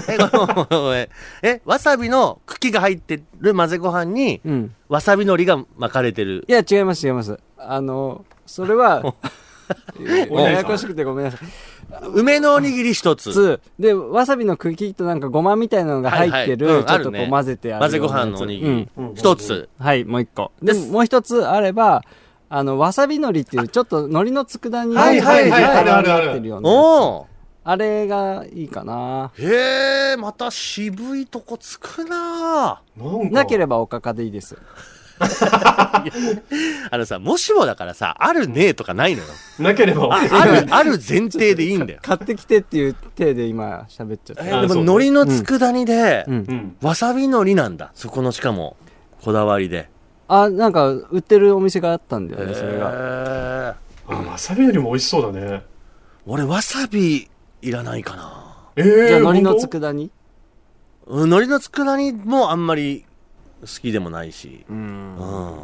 [SPEAKER 3] えごめんごめんごめんえわさびの茎が入ってる混ぜご飯に
[SPEAKER 4] うん。
[SPEAKER 3] わさびのりが巻かれてる
[SPEAKER 4] いや、違います、違います。あの、そ れは、ややこしくてごめんなさい。
[SPEAKER 3] 梅のおにぎり1つ
[SPEAKER 4] つで、わさびの茎となんかごまみたいなのが入ってる、
[SPEAKER 3] はいはいうん
[SPEAKER 4] ちょっと
[SPEAKER 3] ある
[SPEAKER 4] こ
[SPEAKER 3] ね
[SPEAKER 4] う混ぜてある
[SPEAKER 3] 混ぜ
[SPEAKER 4] よ
[SPEAKER 3] ご
[SPEAKER 4] うなや
[SPEAKER 3] 飯
[SPEAKER 4] つ
[SPEAKER 3] のおにぎ
[SPEAKER 4] う
[SPEAKER 3] り
[SPEAKER 4] ん
[SPEAKER 3] 1つ
[SPEAKER 4] はい、もう一個。
[SPEAKER 3] で
[SPEAKER 4] ですも、う一つあれば、あの、わさび海苔っていう、ちょっと海苔の佃煮が
[SPEAKER 2] はいはいはい
[SPEAKER 4] 入って
[SPEAKER 2] あるあるある
[SPEAKER 4] 入ってるようなやつ
[SPEAKER 3] おお
[SPEAKER 4] あれがいいかな。
[SPEAKER 3] へえまた渋いとこつくな
[SPEAKER 2] なんか
[SPEAKER 4] なければおかかでいいです。
[SPEAKER 3] あのさもしもだからさあるねえとかないのよ
[SPEAKER 2] なければ
[SPEAKER 3] ああるある前提でいいんだよ
[SPEAKER 4] 買ってきてっていう体で今喋っちゃった。
[SPEAKER 3] え
[SPEAKER 2] あ
[SPEAKER 3] でも
[SPEAKER 2] そう
[SPEAKER 3] 海苔の佃煮で、
[SPEAKER 4] うん
[SPEAKER 2] う。ん。
[SPEAKER 3] わさび海苔なんだそこのしかもこだわりで
[SPEAKER 4] あ、なんか、売ってるお店があったんだよね、それが。
[SPEAKER 3] へえ
[SPEAKER 2] あ、わさびよりも美味しそうだね。
[SPEAKER 3] 俺わさびいらないかな
[SPEAKER 2] ええ
[SPEAKER 4] じゃあ、海苔の
[SPEAKER 2] 本当
[SPEAKER 4] 佃煮
[SPEAKER 3] うん海苔の佃煮もあんまり好きでもないし
[SPEAKER 4] うん
[SPEAKER 3] うんあ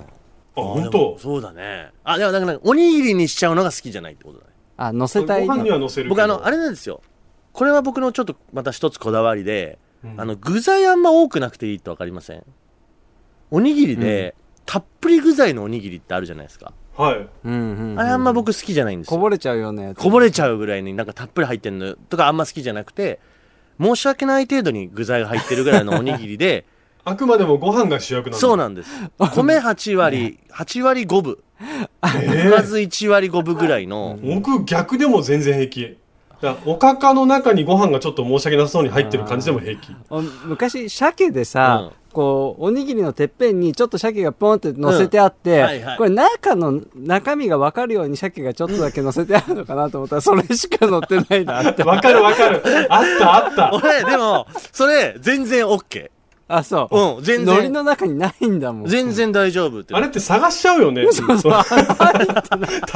[SPEAKER 2] あ、本
[SPEAKER 3] でも
[SPEAKER 2] 当。
[SPEAKER 3] そうだねあでもだからおにぎりにしちゃうのが好きじゃないってことだね
[SPEAKER 4] あ、乗せたい
[SPEAKER 2] ご
[SPEAKER 4] な。
[SPEAKER 2] 飯には乗せるけど。
[SPEAKER 3] 僕あのあれなんですよこれは僕のちょっとまた一つこだわりで、
[SPEAKER 2] うん
[SPEAKER 3] あの具材あんま多くなくていいって分かりませんおにぎりで、たっぷり具材のおにぎりってあるじゃないですか
[SPEAKER 2] はい。
[SPEAKER 4] うんうんうん
[SPEAKER 3] あれあんま僕好きじゃないんですよ
[SPEAKER 4] こぼれちゃうようなやつ。
[SPEAKER 3] こぼれちゃうぐらいになんかたっぷり入ってんのとかあんま好きじゃなくて申し訳ない程度に具材が入ってるぐらいのおにぎりで
[SPEAKER 2] あくまでもご飯が主役なんだ。
[SPEAKER 3] そうなんです米8割8割5分お
[SPEAKER 2] え
[SPEAKER 3] かず1割5分ぐらいの
[SPEAKER 2] え僕逆でも全然平気。だからおかかの中にご飯がちょっと申し訳なさそうに入ってる感じでも平気。
[SPEAKER 4] お昔、鮭でさ、こう、おにぎりのてっぺんにちょっと鮭がポンって乗せてあって、
[SPEAKER 3] うんはいはい
[SPEAKER 4] これ中の中身がわかるように鮭がちょっとだけ乗せてあるのかなと思ったら、それしか乗ってないな って。
[SPEAKER 2] わかるわかる。あったあった。
[SPEAKER 3] 俺でもそれ全然 OK
[SPEAKER 4] あ、そう。
[SPEAKER 3] うん全
[SPEAKER 4] 海苔
[SPEAKER 3] 然
[SPEAKER 4] の中にないんだもん。
[SPEAKER 3] 全然大丈夫って
[SPEAKER 2] あれって探しちゃうよね。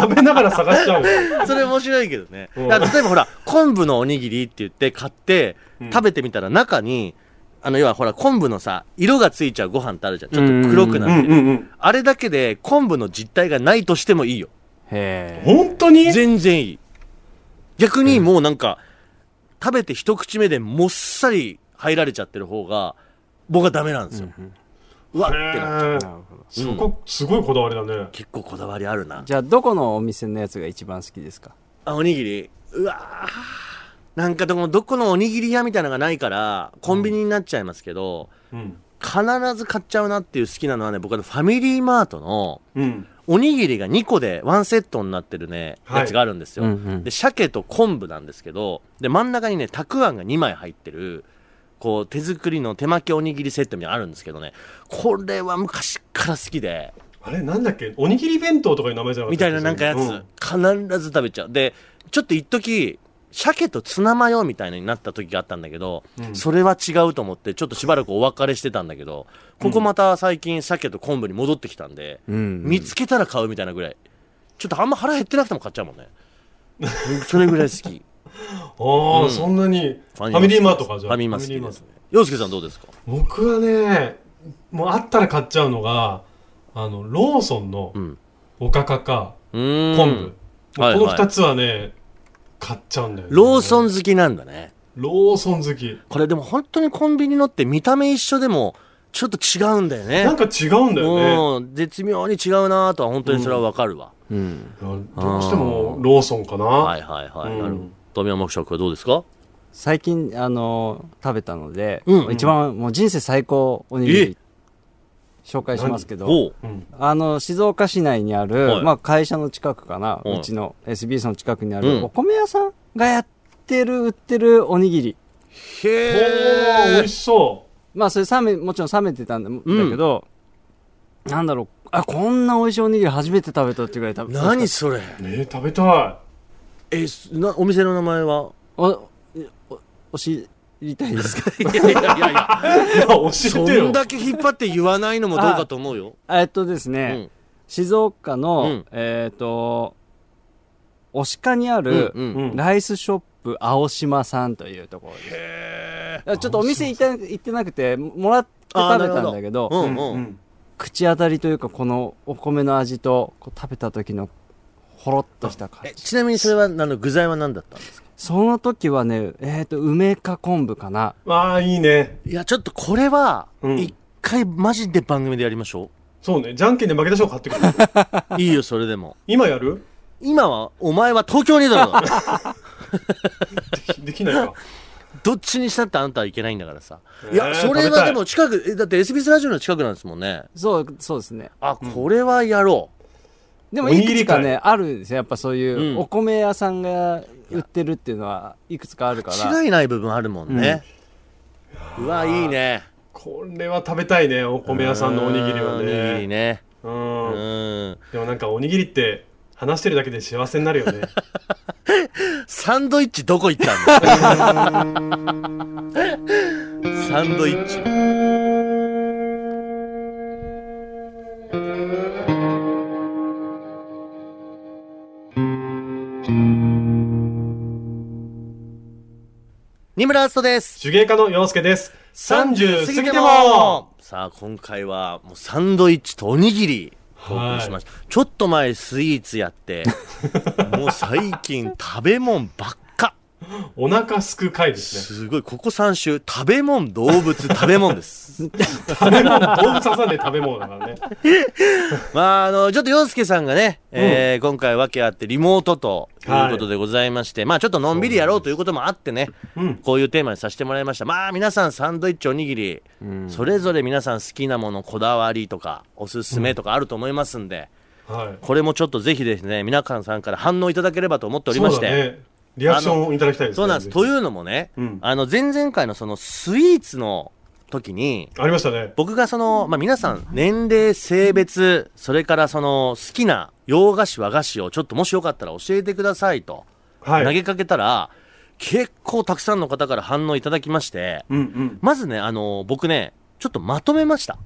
[SPEAKER 2] 食べながら探しちゃうよ。
[SPEAKER 3] それ面白いけどね
[SPEAKER 2] うん
[SPEAKER 3] だから例えばほら昆布のおにぎりって言って買って
[SPEAKER 2] うん
[SPEAKER 3] 食べてみたら中にあの要はほら昆布のさ色がついちゃうご飯ってあるじゃんちょっと黒くな
[SPEAKER 2] うん
[SPEAKER 3] ってる
[SPEAKER 2] うんうん。
[SPEAKER 3] あれだけで昆布の実体がないとしてもいいよ。
[SPEAKER 4] へえ。
[SPEAKER 2] 本当に
[SPEAKER 3] 全然いい。逆にもうなんか、食べて一口目でもっさり入られちゃってる方が、僕はダメなんですよ。うわってなっちゃう。
[SPEAKER 2] ええ
[SPEAKER 4] なるほど。
[SPEAKER 2] そこ、すごいこだわりだね。
[SPEAKER 3] 結構こだわりあるな。
[SPEAKER 4] じゃあ、どこのお店のやつが一番好きですか
[SPEAKER 3] あ、おにぎりうわーなんかでもどこのおにぎり屋みたいなのがないから、コンビニになっちゃいますけど、
[SPEAKER 2] うん。
[SPEAKER 3] 必ず買っちゃうなっていう好きなのはね、僕はねファミリーマートの、
[SPEAKER 2] うん。
[SPEAKER 3] おにぎりが2個でワンセットになってるね、
[SPEAKER 2] はい
[SPEAKER 3] やつがあるんですよ、
[SPEAKER 4] うんうん
[SPEAKER 3] で鮭と昆布なんですけどで真ん中にねたくあんが2枚入ってるこう手作りの手巻きおにぎりセットみたいなのあるんですけどねこれは昔から好きで
[SPEAKER 2] あれなんだっけおにぎり弁当とかいう名前じゃなかっ
[SPEAKER 3] み
[SPEAKER 2] たっ
[SPEAKER 3] たい
[SPEAKER 2] け
[SPEAKER 3] ななんかやつ、必ず食べちゃうでちょっと一時鮭とツナマヨみたいなのになった時があったんだけど、
[SPEAKER 2] うん
[SPEAKER 3] それは違うと思ってちょっとしばらくお別れしてたんだけどここまた最近鮭と昆布に戻ってきたんで、
[SPEAKER 4] うん
[SPEAKER 3] 見つけたら買うみたいなぐらいちょっとあんま腹減ってなくても買っちゃうもんねそれぐらい好き
[SPEAKER 2] ああ、
[SPEAKER 3] うん
[SPEAKER 2] そんなに。フ
[SPEAKER 3] ファ
[SPEAKER 2] ァ
[SPEAKER 3] ミマ好き
[SPEAKER 2] ミリーマートか、じゃあ。
[SPEAKER 3] ファミマ好き
[SPEAKER 2] ファミリーマ
[SPEAKER 3] で
[SPEAKER 2] ー
[SPEAKER 3] す
[SPEAKER 2] ト
[SPEAKER 3] ね。洋介さんどうですか
[SPEAKER 2] 僕はね、もうあったら買っちゃうのが、あの、ローソンの
[SPEAKER 3] うん。
[SPEAKER 2] おかかか、
[SPEAKER 3] うーん。
[SPEAKER 2] 昆布。も
[SPEAKER 3] は
[SPEAKER 2] う
[SPEAKER 3] い
[SPEAKER 2] この
[SPEAKER 3] はい
[SPEAKER 2] 二つはね、買っちゃうんだよね、
[SPEAKER 3] ローソン好きなんだね。
[SPEAKER 2] ローソン好き。
[SPEAKER 3] これでも本当にコンビニのって見た目一緒でも、ちょっと違うんだよね。
[SPEAKER 2] なんか違うんだよね。
[SPEAKER 3] もう絶妙に違うなとは本当にそれはわかるわ。うん。
[SPEAKER 2] どうしてもローソンかな。
[SPEAKER 3] はいはいはい。
[SPEAKER 2] うん
[SPEAKER 3] なるほど。富山木はどうですか
[SPEAKER 4] 最近、あの、食べたので、
[SPEAKER 3] うん
[SPEAKER 4] 一番、もう人生最高おにぎり、紹介しますけど、
[SPEAKER 3] おう。
[SPEAKER 2] うん。
[SPEAKER 4] あの、静岡市内にある、
[SPEAKER 3] はい
[SPEAKER 4] まあ会社の近くかな、
[SPEAKER 3] はいう
[SPEAKER 4] ちの SBS の近くにあ
[SPEAKER 3] うん
[SPEAKER 4] る、お米屋さんがやってる、売ってるおにぎり。
[SPEAKER 2] お
[SPEAKER 3] へ
[SPEAKER 2] ー、美味しそ
[SPEAKER 4] まあそれ冷め、もちろん冷めてたんだ
[SPEAKER 3] ん
[SPEAKER 4] だけど、なんだろう、あ、こんな美味しいおにぎり初めて食べたっていうぐらい食べた。
[SPEAKER 3] 何それ
[SPEAKER 2] う。ねえ食べた
[SPEAKER 3] え、すな、お店の名前は
[SPEAKER 4] お、お、お知りたいですか
[SPEAKER 3] いやいやいやいや、
[SPEAKER 2] い。いや、教
[SPEAKER 3] そ
[SPEAKER 2] えてよ。
[SPEAKER 3] んだけ引っ張って言わないのもどうかと思うよ。
[SPEAKER 4] えっとです
[SPEAKER 3] う
[SPEAKER 4] ね、
[SPEAKER 3] ん。
[SPEAKER 4] 静岡の、
[SPEAKER 3] うん
[SPEAKER 4] えっ、と、押鹿にあ
[SPEAKER 3] うん
[SPEAKER 4] る、
[SPEAKER 3] うん
[SPEAKER 2] うん
[SPEAKER 4] ライスショップ青島さんというところです。あちょっとお店行った行ってなくて、もらって
[SPEAKER 3] あー
[SPEAKER 4] 食べたんだけど、
[SPEAKER 3] なるほどうん
[SPEAKER 2] う
[SPEAKER 3] うん
[SPEAKER 2] ん。
[SPEAKER 4] 口当たりというか、このお米の味と、こう食べた時の、ほろっとした感
[SPEAKER 3] え
[SPEAKER 4] じ。
[SPEAKER 3] ちなみにそれはあの具材は何だったんですか
[SPEAKER 4] その時はね、えっ、と、梅か昆布かな。
[SPEAKER 2] ああ、いいね。
[SPEAKER 3] いやちょっとこれは
[SPEAKER 2] うん
[SPEAKER 3] 一回マジで番組でやりましょ
[SPEAKER 2] そうね。じゃんけんで負けた人が買ってくる。
[SPEAKER 3] ういいよそれでも
[SPEAKER 2] 今やる
[SPEAKER 3] 今はお前は東京にいるだろ
[SPEAKER 2] できできないか。
[SPEAKER 3] どっちにしたってあんたはいけないんだからさい
[SPEAKER 2] え
[SPEAKER 3] や
[SPEAKER 2] ー
[SPEAKER 3] それ
[SPEAKER 2] 食べた
[SPEAKER 3] はいでも近くえだって SBS ラジオの近くなんですもんね
[SPEAKER 4] そう、そうですね。
[SPEAKER 3] あこれはやろ
[SPEAKER 4] でも、
[SPEAKER 2] おに
[SPEAKER 4] い
[SPEAKER 2] ぎり
[SPEAKER 4] くつかね、あるんですよ。やっぱそういうう、
[SPEAKER 3] ん
[SPEAKER 4] お米屋さんが売ってるっていうのは、いくつかあるから。
[SPEAKER 3] う違いない部分あるもんねうわいいね
[SPEAKER 2] これは食べたいね。お米屋さんのおにぎりは
[SPEAKER 3] うんおにぎり
[SPEAKER 2] ね。
[SPEAKER 3] ね
[SPEAKER 2] うん
[SPEAKER 3] うん
[SPEAKER 2] でもなんかおにぎりって話してるだけで幸せになるよね。
[SPEAKER 3] サンドイッチどこ行ったんですかサンドイッチ二村敦人です
[SPEAKER 2] 手芸家の洋介です。30過ぎても
[SPEAKER 3] さあ今回はもうサンドイッチとおにぎり投稿しました、ちょっと前スイーツやってもう最近食べ物ばっか
[SPEAKER 2] お腹すく回ですね。
[SPEAKER 3] すごい、ここ3週、食べ物、動物、食べ 物です。
[SPEAKER 2] 食べ物、動物挟んで食べ物だからね。
[SPEAKER 3] まあ、あの、ちょっと洋介さんがね、えー今回訳あってリモートということでございまして、まあちょっとのんびりやろうということもあってね、
[SPEAKER 2] うん
[SPEAKER 3] こういうテーマにさせてもらいました。まあ皆さんサンドイッチ、おにぎり、それぞれ皆さん好きなもの、こだわりとか、おすすめとかあると思いますんで、
[SPEAKER 2] はい。
[SPEAKER 3] これもちょっとぜひですね、皆さんから反応いただければと思っておりまし
[SPEAKER 2] そう
[SPEAKER 3] て。
[SPEAKER 2] だね。リアクションをいただきたいですね。
[SPEAKER 3] そうなんです。
[SPEAKER 2] ぜひ
[SPEAKER 3] というのもね、
[SPEAKER 2] うん
[SPEAKER 3] あの、前々回のそのスイーツの時に、
[SPEAKER 2] ありましたね。
[SPEAKER 3] 僕がその、まあ、皆さん年齢性別それからその好きな洋菓子和菓子をちょっともしよかったら教えてくださいと
[SPEAKER 2] はい。
[SPEAKER 3] 投げかけたら、結構たくさんの方から反応いただきまして
[SPEAKER 2] うんうん。
[SPEAKER 3] まずねあの僕ねちょっとまとめました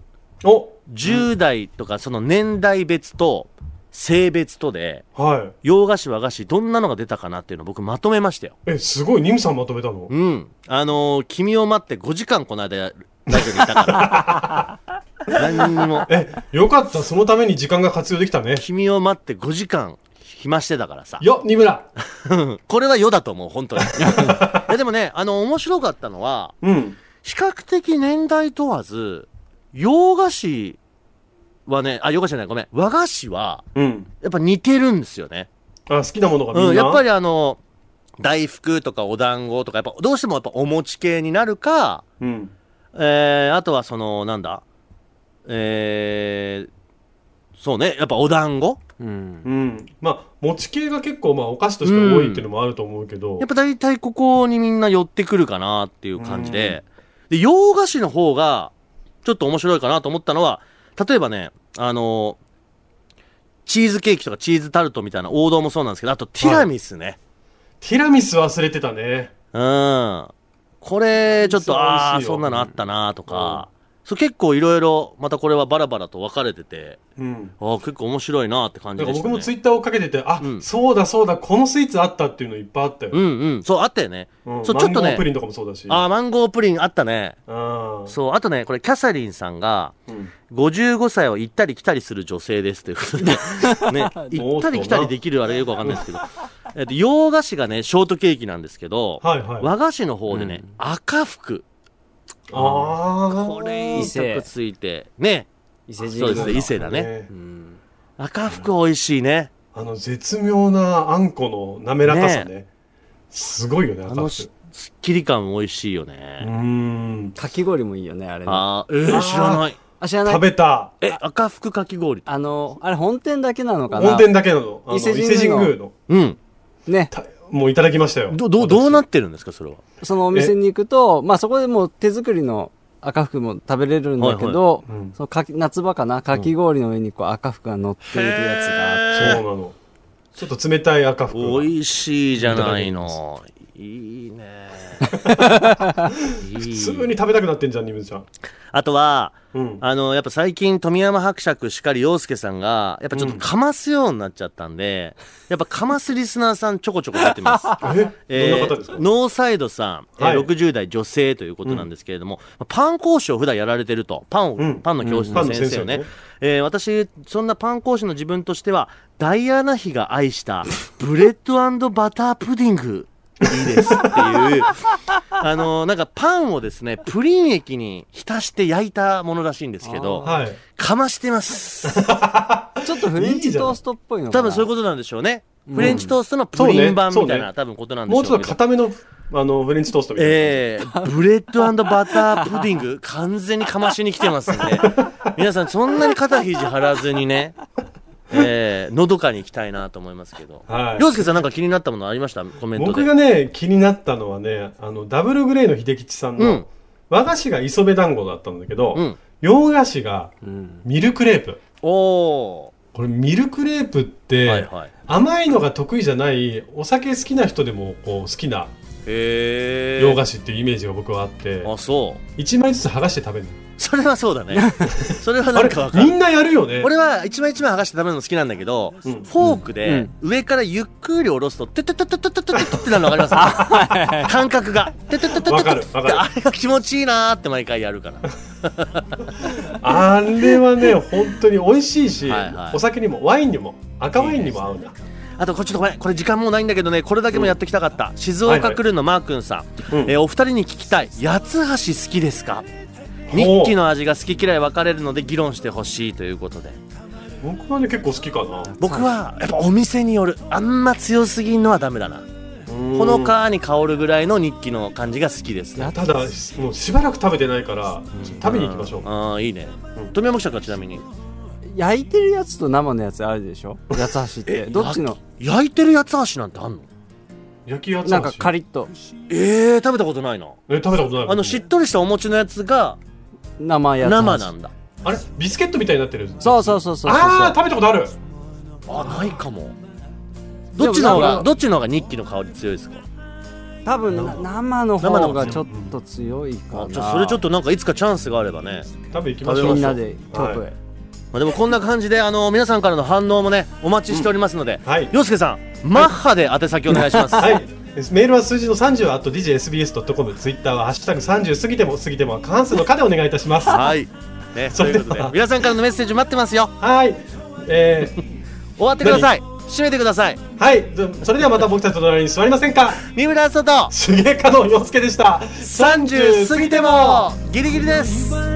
[SPEAKER 2] お
[SPEAKER 3] 10代とかその年代別と性別とで
[SPEAKER 2] はい。
[SPEAKER 3] 洋菓子和菓子どんなのが出たかなっていうのを僕まとめましたよ
[SPEAKER 2] え、すごい、ニムさんまとめたの
[SPEAKER 3] うん。あのー君を待って5時間この間、ラジオにいたから。何にも。
[SPEAKER 2] え、 よかった。そのために時間が活用できたね。
[SPEAKER 3] 君を待って5時間、暇してたからさ。
[SPEAKER 2] よ、ニムラ
[SPEAKER 3] これは世だと思う、本当に。 いやでもね、あの、面白かったのは、
[SPEAKER 2] うん。
[SPEAKER 3] 比較的年代問わず、洋菓子はね、あ、洋菓子じゃない、ごめん。和菓子は、
[SPEAKER 2] うん。
[SPEAKER 3] やっぱ似てるんですよね。
[SPEAKER 2] あ、好きなものがみんな。
[SPEAKER 3] うん、やっぱりあの、大福とかお団子とか、やっぱどうしてもやっぱお餅系になるか、
[SPEAKER 2] うん。
[SPEAKER 3] えー、あとはその、なんだ、えー、そうね、やっぱお団子
[SPEAKER 4] うん。
[SPEAKER 2] うん。まあ、餅系が結構、まあ、お菓子として多いっていうのもあると思うけど。
[SPEAKER 3] やっぱ大体ここにみんな寄ってくるかなっていう感じで、で、洋菓子の方が、ちょっと面白いかなと思ったのは、例えばね、あの、チーズケーキとかチーズタルトみたいな王道もそうなんですけど、あとティラミスね。
[SPEAKER 2] ティラミス忘れてたね。
[SPEAKER 3] うん。これ、ちょっ
[SPEAKER 2] ティラミス美味
[SPEAKER 3] と、
[SPEAKER 2] しいよ
[SPEAKER 3] ああー、そんなのあったなとか、そう結構いろいろ、またこれはバラバラと分かれてて、
[SPEAKER 2] うん。
[SPEAKER 3] ああ、結構面白いなって感
[SPEAKER 2] な
[SPEAKER 3] じ
[SPEAKER 2] んか
[SPEAKER 3] でした、ね。
[SPEAKER 2] 僕もツイッターをかけてて、あ、
[SPEAKER 3] うん
[SPEAKER 2] そうだそうだ、このスイーツあったっていうのいっぱいあったよ。
[SPEAKER 3] うんうん。そう、あったよね。
[SPEAKER 2] うん
[SPEAKER 3] そう、ち
[SPEAKER 2] マ
[SPEAKER 3] ょっ
[SPEAKER 2] ン
[SPEAKER 3] と
[SPEAKER 2] ゴ
[SPEAKER 3] ね
[SPEAKER 2] ープ、リンとかもそうだし。
[SPEAKER 3] ああ、マンゴープリンあったね。
[SPEAKER 2] あー
[SPEAKER 3] そう、あとね、これ、キャサリンさんが、
[SPEAKER 2] うん
[SPEAKER 3] 55歳を行ったり来たりする女性ですということで、 ね、行ったり来たりできるあれよくわかんないですけど、えっと、洋菓子がね、ショートケーキなんですけど、
[SPEAKER 2] はいはい。あ
[SPEAKER 3] 和菓子の方でね、赤福、
[SPEAKER 2] あ。
[SPEAKER 3] これ、
[SPEAKER 4] 伊
[SPEAKER 3] いい
[SPEAKER 4] 勢
[SPEAKER 3] とこついて、ね、
[SPEAKER 4] 伊勢神
[SPEAKER 3] そう
[SPEAKER 4] 宮
[SPEAKER 3] ですね、伊勢だね。
[SPEAKER 2] ね
[SPEAKER 4] うん
[SPEAKER 3] 赤福美味しいね。
[SPEAKER 2] あの、絶妙なあんこの滑らかさね。すごいよね、
[SPEAKER 3] あの
[SPEAKER 2] 赤
[SPEAKER 3] し
[SPEAKER 2] く、
[SPEAKER 3] すっきり感美味しいよ
[SPEAKER 2] う
[SPEAKER 3] ね。
[SPEAKER 2] ーん。
[SPEAKER 4] かき氷もいいよねあれねあ
[SPEAKER 3] ああ、えー、知らない。
[SPEAKER 4] 知らない
[SPEAKER 2] 食べた。
[SPEAKER 3] え、赤福かき氷。
[SPEAKER 4] あのあれ本店だけなのかな
[SPEAKER 2] 本店だけの、あの
[SPEAKER 4] 伊
[SPEAKER 2] 伊
[SPEAKER 4] 勢
[SPEAKER 2] 勢
[SPEAKER 4] 神宮の
[SPEAKER 2] 神宮の。
[SPEAKER 3] うん。
[SPEAKER 4] ね
[SPEAKER 2] たもういただきましたよ。
[SPEAKER 3] ど、どう、どうな
[SPEAKER 2] っ
[SPEAKER 3] ってるんですか、それは。
[SPEAKER 4] そのお店に行くとまあそこでもう手作りの赤服も食べれるんだけど、
[SPEAKER 2] はいうん
[SPEAKER 4] そのかき夏場かなかき氷の上にこう赤服が乗っているやつが
[SPEAKER 2] そうなの。ちょっと冷たい赤服。
[SPEAKER 3] 美味しいじゃないの。いい ね。い
[SPEAKER 2] 普
[SPEAKER 3] い
[SPEAKER 2] 通に食べたくなってんじゃん、ニムちゃん。
[SPEAKER 3] あとは、
[SPEAKER 2] うん。
[SPEAKER 3] あの、やっぱ最近、富山伯爵しかり洋介さんが、やっぱちょっとかますようになっちゃったんで、やっぱかますリスナーさんちょこちょこ出てます。
[SPEAKER 2] え、
[SPEAKER 3] え
[SPEAKER 2] どんな
[SPEAKER 3] ー
[SPEAKER 2] 方ですか
[SPEAKER 3] ノーサイドさん、えー
[SPEAKER 2] はい
[SPEAKER 3] 60代女性ということなんですけれども、まあパン講師を普段やられてると、パンを、
[SPEAKER 2] うん
[SPEAKER 3] パンの教室の
[SPEAKER 2] うん
[SPEAKER 3] 先生をね、
[SPEAKER 2] パンの先生ね
[SPEAKER 3] えー私、そんなパン講師の自分としては、ダイアナ妃が愛したブレッドバタープディング、いいですっ ていう、あのーなんかパンをですね、プリン液に浸して焼いたものらしいんですけど、
[SPEAKER 2] はい。
[SPEAKER 3] かまして ます。
[SPEAKER 4] ちょっとフレンチトーストっぽいの
[SPEAKER 3] 多
[SPEAKER 4] かな
[SPEAKER 3] 分そういう
[SPEAKER 4] こ
[SPEAKER 3] ことなんでしょうね。フレンチトーストのプリン版
[SPEAKER 2] そう
[SPEAKER 3] み
[SPEAKER 2] ね
[SPEAKER 3] たい
[SPEAKER 2] そう
[SPEAKER 3] な、
[SPEAKER 2] ね
[SPEAKER 3] 多分ことなんでしょ
[SPEAKER 2] もう
[SPEAKER 3] うけ
[SPEAKER 2] ち
[SPEAKER 3] ど。
[SPEAKER 2] ょっと固めの、あの、フレンチトーストみたいな。
[SPEAKER 3] ええブレッドバタープディング、完全にかましに来てますんで、皆さんそんなに肩肘張らずにね、ええのどかに行きたいなと思いますけど。
[SPEAKER 2] はい
[SPEAKER 3] 涼介さんなんか気になったものありましたコメントで。
[SPEAKER 2] 僕がね、気になったのはね、あの、ダブルグレーの秀吉さんの、
[SPEAKER 3] うん
[SPEAKER 2] 和菓子が磯部団子だったんだけど、
[SPEAKER 3] うん
[SPEAKER 2] 洋菓子が
[SPEAKER 4] と、うん、
[SPEAKER 2] ミルクレープ。
[SPEAKER 3] お
[SPEAKER 2] これミルクレープって、
[SPEAKER 3] ー。はいはい。
[SPEAKER 2] 甘いのが得意じゃない、お酒好きな人でもこう好きな
[SPEAKER 3] へえ。
[SPEAKER 2] 洋菓子っていうイメージが僕はあって、
[SPEAKER 3] あ、そう。
[SPEAKER 2] 一枚ずつ剥がして食べる。
[SPEAKER 3] それはそう だね。それは
[SPEAKER 2] あ
[SPEAKER 3] なん
[SPEAKER 2] れ
[SPEAKER 3] かわ、か
[SPEAKER 2] み
[SPEAKER 3] る。
[SPEAKER 2] んなやるよね。
[SPEAKER 3] 俺は一枚一枚剥がして食べるの好きなんだけど、
[SPEAKER 2] うん
[SPEAKER 3] フォークで上からゆっくり下ろすと、ててててててててってなるの分かります感覚が。てててててて
[SPEAKER 2] わか
[SPEAKER 3] っ
[SPEAKER 2] る
[SPEAKER 3] て
[SPEAKER 2] わかる
[SPEAKER 3] あれが気持ちいいなーって毎回やるから。
[SPEAKER 2] あれはね、本当に美味しいし、
[SPEAKER 3] はいはい
[SPEAKER 2] お酒にもワインにも赤ワインにも合うな。
[SPEAKER 3] あとこれちょっとごめんこれ時間もうないんだけどねこれだけもやってきたかった、静
[SPEAKER 2] はい
[SPEAKER 3] 岡
[SPEAKER 2] はい
[SPEAKER 3] くるんのマー君さん、
[SPEAKER 2] うん
[SPEAKER 3] えーお二人に聞きたい八つ橋好きですか
[SPEAKER 2] ほう
[SPEAKER 3] ニッキの味が好き嫌い分かれるので議論してほしいということで
[SPEAKER 2] 僕はね、結構好きかな。
[SPEAKER 3] 僕はやっぱお店によるあんま強すぎんのはダメだなほのかに香るぐらいのニッキの感じが好きですね
[SPEAKER 2] ただもうしばらく食べてないから食べに行きましょう
[SPEAKER 3] ああいいね、
[SPEAKER 2] うん
[SPEAKER 3] 富山記者はちなみに
[SPEAKER 4] 焼いてるやつと生のやつあるでしょ八つ橋ってどっちの
[SPEAKER 3] 焼焼いてる八つ橋なんてあんの
[SPEAKER 2] 焼き八つ橋
[SPEAKER 4] なんかカリッと
[SPEAKER 3] ええー、食べたことないな
[SPEAKER 2] え食べたことない
[SPEAKER 3] あのしっとりしたお餅のやつが
[SPEAKER 4] 生やつ
[SPEAKER 3] 生なんだ
[SPEAKER 2] あれビスケットみたいになってる
[SPEAKER 4] そうそうそうそうそう
[SPEAKER 2] ああ食べたことある
[SPEAKER 3] あないかもどっちの方
[SPEAKER 4] でもなん
[SPEAKER 3] が
[SPEAKER 4] か
[SPEAKER 3] どっちの方が日記の香り強いですか
[SPEAKER 4] 多分な生の方が
[SPEAKER 3] 生の方が
[SPEAKER 4] ちょっと強いか
[SPEAKER 3] あ
[SPEAKER 4] な
[SPEAKER 3] じゃあそれちょっとなんかいつかチャンスがあればね、
[SPEAKER 2] 食べ行きましょう
[SPEAKER 4] みんなで京都へ、
[SPEAKER 2] はい
[SPEAKER 3] まあ、でもこんな感じであの皆さんからの反応もねお待ちしておりますので、
[SPEAKER 2] んはい
[SPEAKER 3] 洋介さんマッハで宛先お願いします、
[SPEAKER 2] はいメールは数字の30 at djsbs.com ツイッターはハッシュタグ30過ぎても過ぎても過半数の課でお願いいたしますは
[SPEAKER 3] はいね、
[SPEAKER 2] そ
[SPEAKER 3] と
[SPEAKER 2] れ
[SPEAKER 3] い
[SPEAKER 2] では
[SPEAKER 3] うことで皆さんからのメッセージ待ってますよ
[SPEAKER 2] いえー
[SPEAKER 3] 終わってください締めてください
[SPEAKER 2] はいそれではまた僕たちの隣に座りませんか
[SPEAKER 3] 三村聡と
[SPEAKER 2] 重加納陽介でした
[SPEAKER 3] 30過ぎてもギリギリです
[SPEAKER 5] 「